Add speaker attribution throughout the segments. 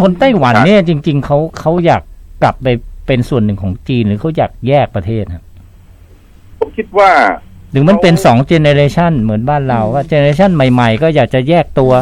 Speaker 1: ชนไต้หวันเนี่ยจริง ๆเขาเขาอยากกลับไปเป็นส่วนหนึ่งของจีนหรือเขาอยากแยกประเทศครับ
Speaker 2: ผมคิดว่า
Speaker 1: หรือมันเป็นสองเจเนเรชันเหมือนบ้านเราว่าเจเนเรชันใหม่ๆ ก็อยากจะแยกตัว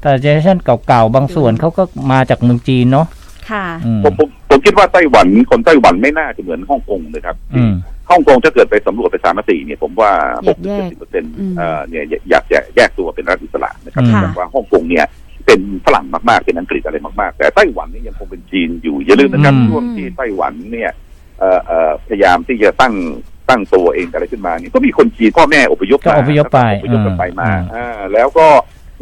Speaker 1: แต่เจเนเรชันเก่าๆบางส่วนเขาก็มาจากเมืองจีนเนาะ
Speaker 3: ค่ะ
Speaker 1: อืม
Speaker 2: ผมผมผมคิดว่าไต้หวันคนไต้หวันไม่น่าจะเหมือนฮ่องกงนะครับ
Speaker 1: อืม
Speaker 2: ฮ่องกงถ้าเกิดไปสำรวจไปสามติเนี่ยผมว่า
Speaker 3: อยากแยก
Speaker 2: สิบเปอร์เซ็นต์
Speaker 3: อืม
Speaker 2: เนี่ยอยากอยากจะแยกตัวเป็นรัฐอิสระนะครับ
Speaker 1: ค่ะ
Speaker 2: แต่ว่าฮ่องกงเนี่ยเป็นฝรั่งมากๆเป็นอังกฤษอะไรมากๆ แต่ไต้หวันเนี่ยยังคงเป็นจีนอยู่อย่าลืมนะครับ
Speaker 1: อืม
Speaker 2: ช่วงที่ไต้หวันเนี่ยเอ่อเอ่อพยายามที่จะตั้งตั้งตัวเองอะไรขึ้นมาเนี่ยก็มีคนจีนพ่อแม่อพยพ
Speaker 1: ก็
Speaker 2: มา
Speaker 1: อพยพไป
Speaker 2: อพยพกันไปมา
Speaker 1: อืม
Speaker 2: อ่าแล้วก็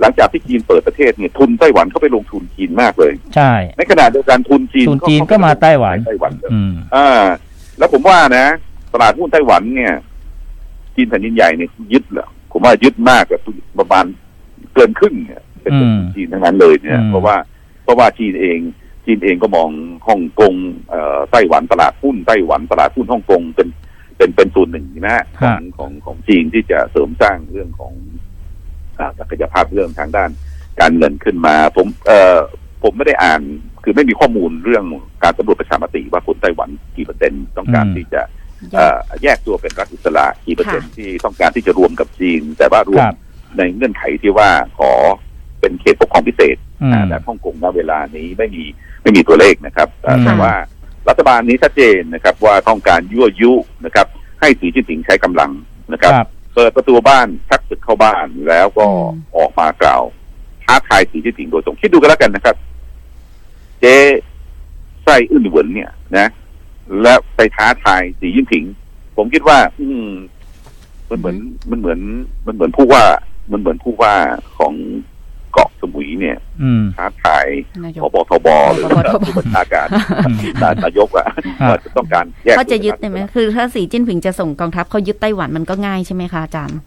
Speaker 2: หลังจากที่จีนเปิดประเทศเนี่ยทุนไต้หวันเข้าไปลงทุนจีนมากเลย
Speaker 1: ใช่
Speaker 2: ในขณะเดียวกันทุนจีน
Speaker 1: ทุนจีนก็มาไต้หวัน
Speaker 2: ไต้หวันเลย
Speaker 1: อืม
Speaker 2: อ่า แล้วผมว่านะ ตลาดหุ้นไต้หวันเนี่ย จีนแผ่นดินใหญ่เนี่ยยึดเหรอผมว่ายึดมากแบบประมาณเกินครึ่งเนี่ยเป็น
Speaker 1: อืม
Speaker 2: จีนทั้งนั้นเลยเนี่ย
Speaker 1: อืม
Speaker 2: เพราะว่าเพราะว่าจีนเอง จีนเองก็มองฮ่องกงเอ่อไต้หวันตลาดหุ้นไต้หวันตลาดหุ้นฮ่องกงเป็นเป็นเป็นส่วนหนึ่งนะฮะของของของจีนที่จะเสริมสร้างเรื่องของอ่าศักยภาพเรื่องทางด้าน การเงินขึ้นมา ผมเอ่อผมไม่ได้อ่าน คือไม่มีข้อมูลเรื่องการสำรวจประชามติว่าคนไต้หวันกี่เปอร์เซ็นต์ต้องการ
Speaker 1: อืม
Speaker 2: ที่จะ เอ่อแยกตัวเป็นรัฐอิสระกี่เปอร์เซ็นต์ที่ต้องการที่จะรวมกับจีน แต่ว่ารว
Speaker 1: ค
Speaker 2: ม
Speaker 1: รับ
Speaker 2: ในเงื่อนไขที่ว่าขอเป็นเขตปกครองพิเศษ
Speaker 1: อืม
Speaker 2: นะแต่ฮ่องกงณเวลานี้ไม่มีไม่มีตัวเลขนะครับเอ่อ
Speaker 1: อืม
Speaker 2: แต่ว่ารัฐบาลนี้ชัดเจนนะครับว่าต้องการยั่วยุนะครับ ให้สีจิ้นผิงใช้กำลังนะค
Speaker 1: ครับ รับ
Speaker 2: เปิดประตูบ้านชักศึกเข้าบ้านแล้วก็
Speaker 3: อืม
Speaker 2: ออกมากล่าวท้าทายสีจิ้นผิงโดยตรงคิดดูกันแล้วกันนะครับ เจ๊ไส้อื้นเหวินเนี่ยนะ และไปท้าทายสีจิ้นผิง ผมคิดว่า อืมมันเหมือนมันเหมือน มันเหมือนผู้ว่า มันเหมือนผู้ว่าของเกาะสมุยเนี่ย
Speaker 1: อืม
Speaker 2: ท้าทาย
Speaker 3: นาย
Speaker 2: พ
Speaker 3: ก
Speaker 2: บทบหรือ
Speaker 3: พบทบ
Speaker 2: ผู้บัญชา การนายกอะ
Speaker 1: ครับ
Speaker 2: ว่าจะต้องการแยก
Speaker 3: เขาจะยึดได้ไหมคือถ้าสีจิ้นผิงจะส่งกองทัพเขายึดไต้หวันมันก็ง่ายใช่ไหมคะอาจารย์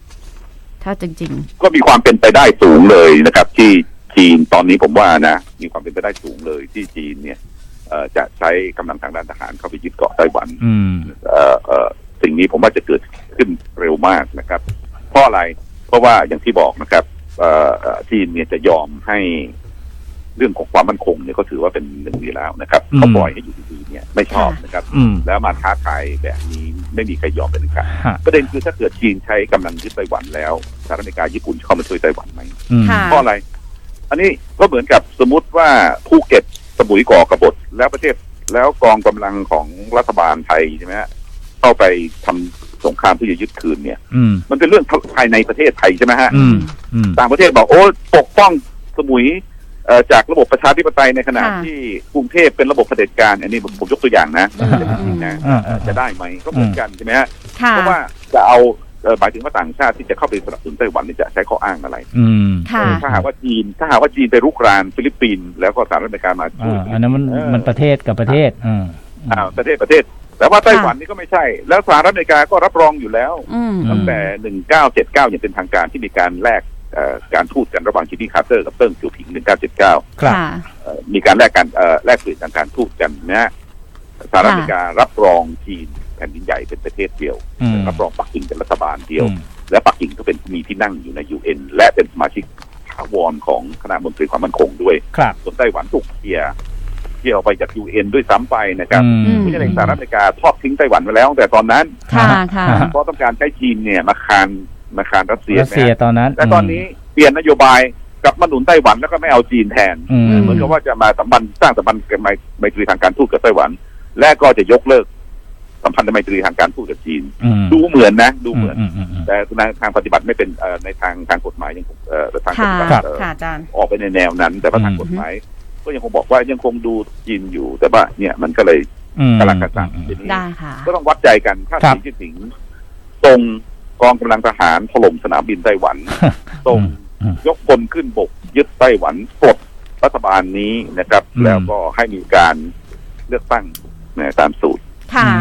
Speaker 3: ถ้าจริง
Speaker 2: ก็มีความเป็นไปได้สูงเลยนะครับ ที่จีนตอนนี้ผมว่านะ มีความเป็นไปได้สูงเลยที่จีนเนี่ยเอ่อจะใช้กำลังทางด้านทหารเข้าไปยึดเกาะไต้หวัน
Speaker 1: อืม
Speaker 2: เอ่อเอ่อสิ่งนี้ผมว่าจะเกิดขึ้นเร็วมากนะครับ เพราะอะไรเพราะว่าอย่างที่บอกนะครับเอ่อเอ่อจีนเนี่ยจะยอมให้เรื่องของความมั่นคงเนี่ยก็ถือว่าเป็นหนึ่งอยู่แล้วนะครับ
Speaker 1: อืม
Speaker 2: เขาปล่อยให้อยู่ดีๆเนี่ยไม่ชอบนะครับ
Speaker 1: อืม
Speaker 2: แล้วมาท้าทายแบบนี้ไม่มีใครยอมเป็นอันขาด
Speaker 1: ฮะ
Speaker 2: ประเด็นคือถ้าเกิดจีนใช้กำลังยึดไต้หวันแล้วสหรัฐอเมริกาญี่ปุ่นจะเข้ามาช่วยไต้หวันไหม
Speaker 1: อืม
Speaker 3: ค่ะ
Speaker 2: เพราะอะไร อันนี้ก็เหมือนกับสมมติว่าภูเก็ตสมุยก่อกบฏแล้วประเทศแล้วกองกำลังของรัฐบาลไทยใช่ไหมฮะเข้าไปทำสงครามเพื่อจะยึดคืนเนี่ย
Speaker 1: อืม
Speaker 2: มันเป็นเรื่องภายในประเทศไทยใช่ไหมฮะ
Speaker 1: อืม อืม
Speaker 2: ต่างประเทศบอกโอ้ปกป้องสมุยเอ่อจากระบบประชาธิปไตยในขณะ
Speaker 3: ค่ะ
Speaker 2: ที่กรุงเทพเป็นระบบเผด็จการ อันนี้ผมผมยกตัวอย่างนะ
Speaker 1: อ่า
Speaker 2: จริงๆนะ
Speaker 1: อ่า
Speaker 2: เอ่อจะได้ไหมก็เหมือนกันใช่ไหมฮะ
Speaker 3: ๆ ค่ะ
Speaker 2: เพราะว่าจะเอาเอ่อหมายถึงว่าต่างชาติที่จะเข้าไปสนับสนุนไต้หวันเนี่ยจะใช้ข้ออ้างอะไร
Speaker 1: อืม
Speaker 3: ค่ะ
Speaker 2: ถ้าหากว่าจีน ถ้าหากว่าจีนไปรุกรานฟิลิปปินส์แล้วก็สหรัฐอเมริกามาช่ว
Speaker 1: อ่าย อันนั้นมัน
Speaker 2: เออ
Speaker 1: มันประเทศกับประเทศอ่า
Speaker 2: อ่าประเทศประเทศ แต่ว่าไต้หวันนี่ก็ไม่ใช่ แล้วสหรัฐอเมริกาก็รับรองอยู่แล้ว
Speaker 3: อืม
Speaker 1: อืม
Speaker 2: ตั้งแต่ 1979 อย่างเป็นทางการที่มีการแลกเอ่อการทูตกันระหว่างจิมมี่คาร์เตอร์กับเติ้งเสี่ยวผิง 1979เ
Speaker 1: ครับ
Speaker 3: ค่ะ
Speaker 2: อ่อมีการแลกกันเอ่อแลกเปลี่ยนทางการทูตกันนะฮะสหรัฐอเมริการับรองจีนแผ่นดินใหญ่เป็นประเทศเดียว
Speaker 1: อืม
Speaker 2: รับรองปักกิ่งเป็นรัฐบาลเดียว
Speaker 1: อืม
Speaker 2: และปักกิ่งก็เป็นมีที่นั่งอยู่ในยูเอ็นและเป็นสมาชิกถาวรของคณะมนตรีความมั่นคงด้วย
Speaker 1: ครับ
Speaker 2: ส่วนไต้หวันถูกเคลียร์เคลียร์ออกไปจากยูเอ็นด้วยซ้ำไปนะครับ
Speaker 1: อืม
Speaker 2: ผู้ใหญ่ในสหรัฐอเมริกาทอดทิ้งไต้หวันไปแล้วตั้งแต่ตอนนั้น
Speaker 3: ค่ะ ค่ะ
Speaker 1: อ่า
Speaker 2: เพราะต้องการใช้จีนเนี่ยมาคานมาคานรัสเซีย
Speaker 1: รัสเซีย
Speaker 2: นะฮะ
Speaker 1: ตอนนั้น
Speaker 2: และตอนนี้เปลี่ยนนโยบายกลับมาหนุนไต้หวันแล้วก็ไม่เอาจีนแทน
Speaker 1: อืม
Speaker 2: เหมือนกับว่าจะมาสัมพันธ์สร้างสัมพันธ์ไมไมตรีทางการทูตกับไต้หวัน และก็จะยกเลิกสัมพันธ์ไมตรีทางการทูตกับจีน
Speaker 1: อืม
Speaker 2: ดูเหมือนนะ ดูเหมือน
Speaker 1: อืมอืมอืม
Speaker 2: แต่ในทางปฏิบัติไม่เป็นเอ่อในทางทางกฎหมายยังคงเอ่อทางป
Speaker 3: ค่ะ
Speaker 2: ฏิบัติเอ่อ
Speaker 3: ค่ะอาจารย์
Speaker 2: ออกไปในแนวนั้น แต่ว่า
Speaker 1: อืม
Speaker 2: ทางกฎหมายก็ยังคงบอกว่ายังคงดูจีนอยู่ แต่ว่าเนี่ยมันก็เลย
Speaker 1: อืม
Speaker 2: กำลังกระสังทีนี้
Speaker 3: ได้ค่ะ
Speaker 2: ก็ต้องวัดใจกันถ้า
Speaker 1: ครับ
Speaker 2: สีจิ้นผิงตรงกองกำลังทหารถล่มสนามบินไต้ห วันตรง
Speaker 1: อืม
Speaker 2: ยกพลขึ้นบก ยึดไต้หวันปลดรัฐบาลนี้นะครับ
Speaker 1: อืม
Speaker 2: แล้วก็ให้มีการเลือกตั้งเนี่ยตามสูตร
Speaker 3: ค่ะ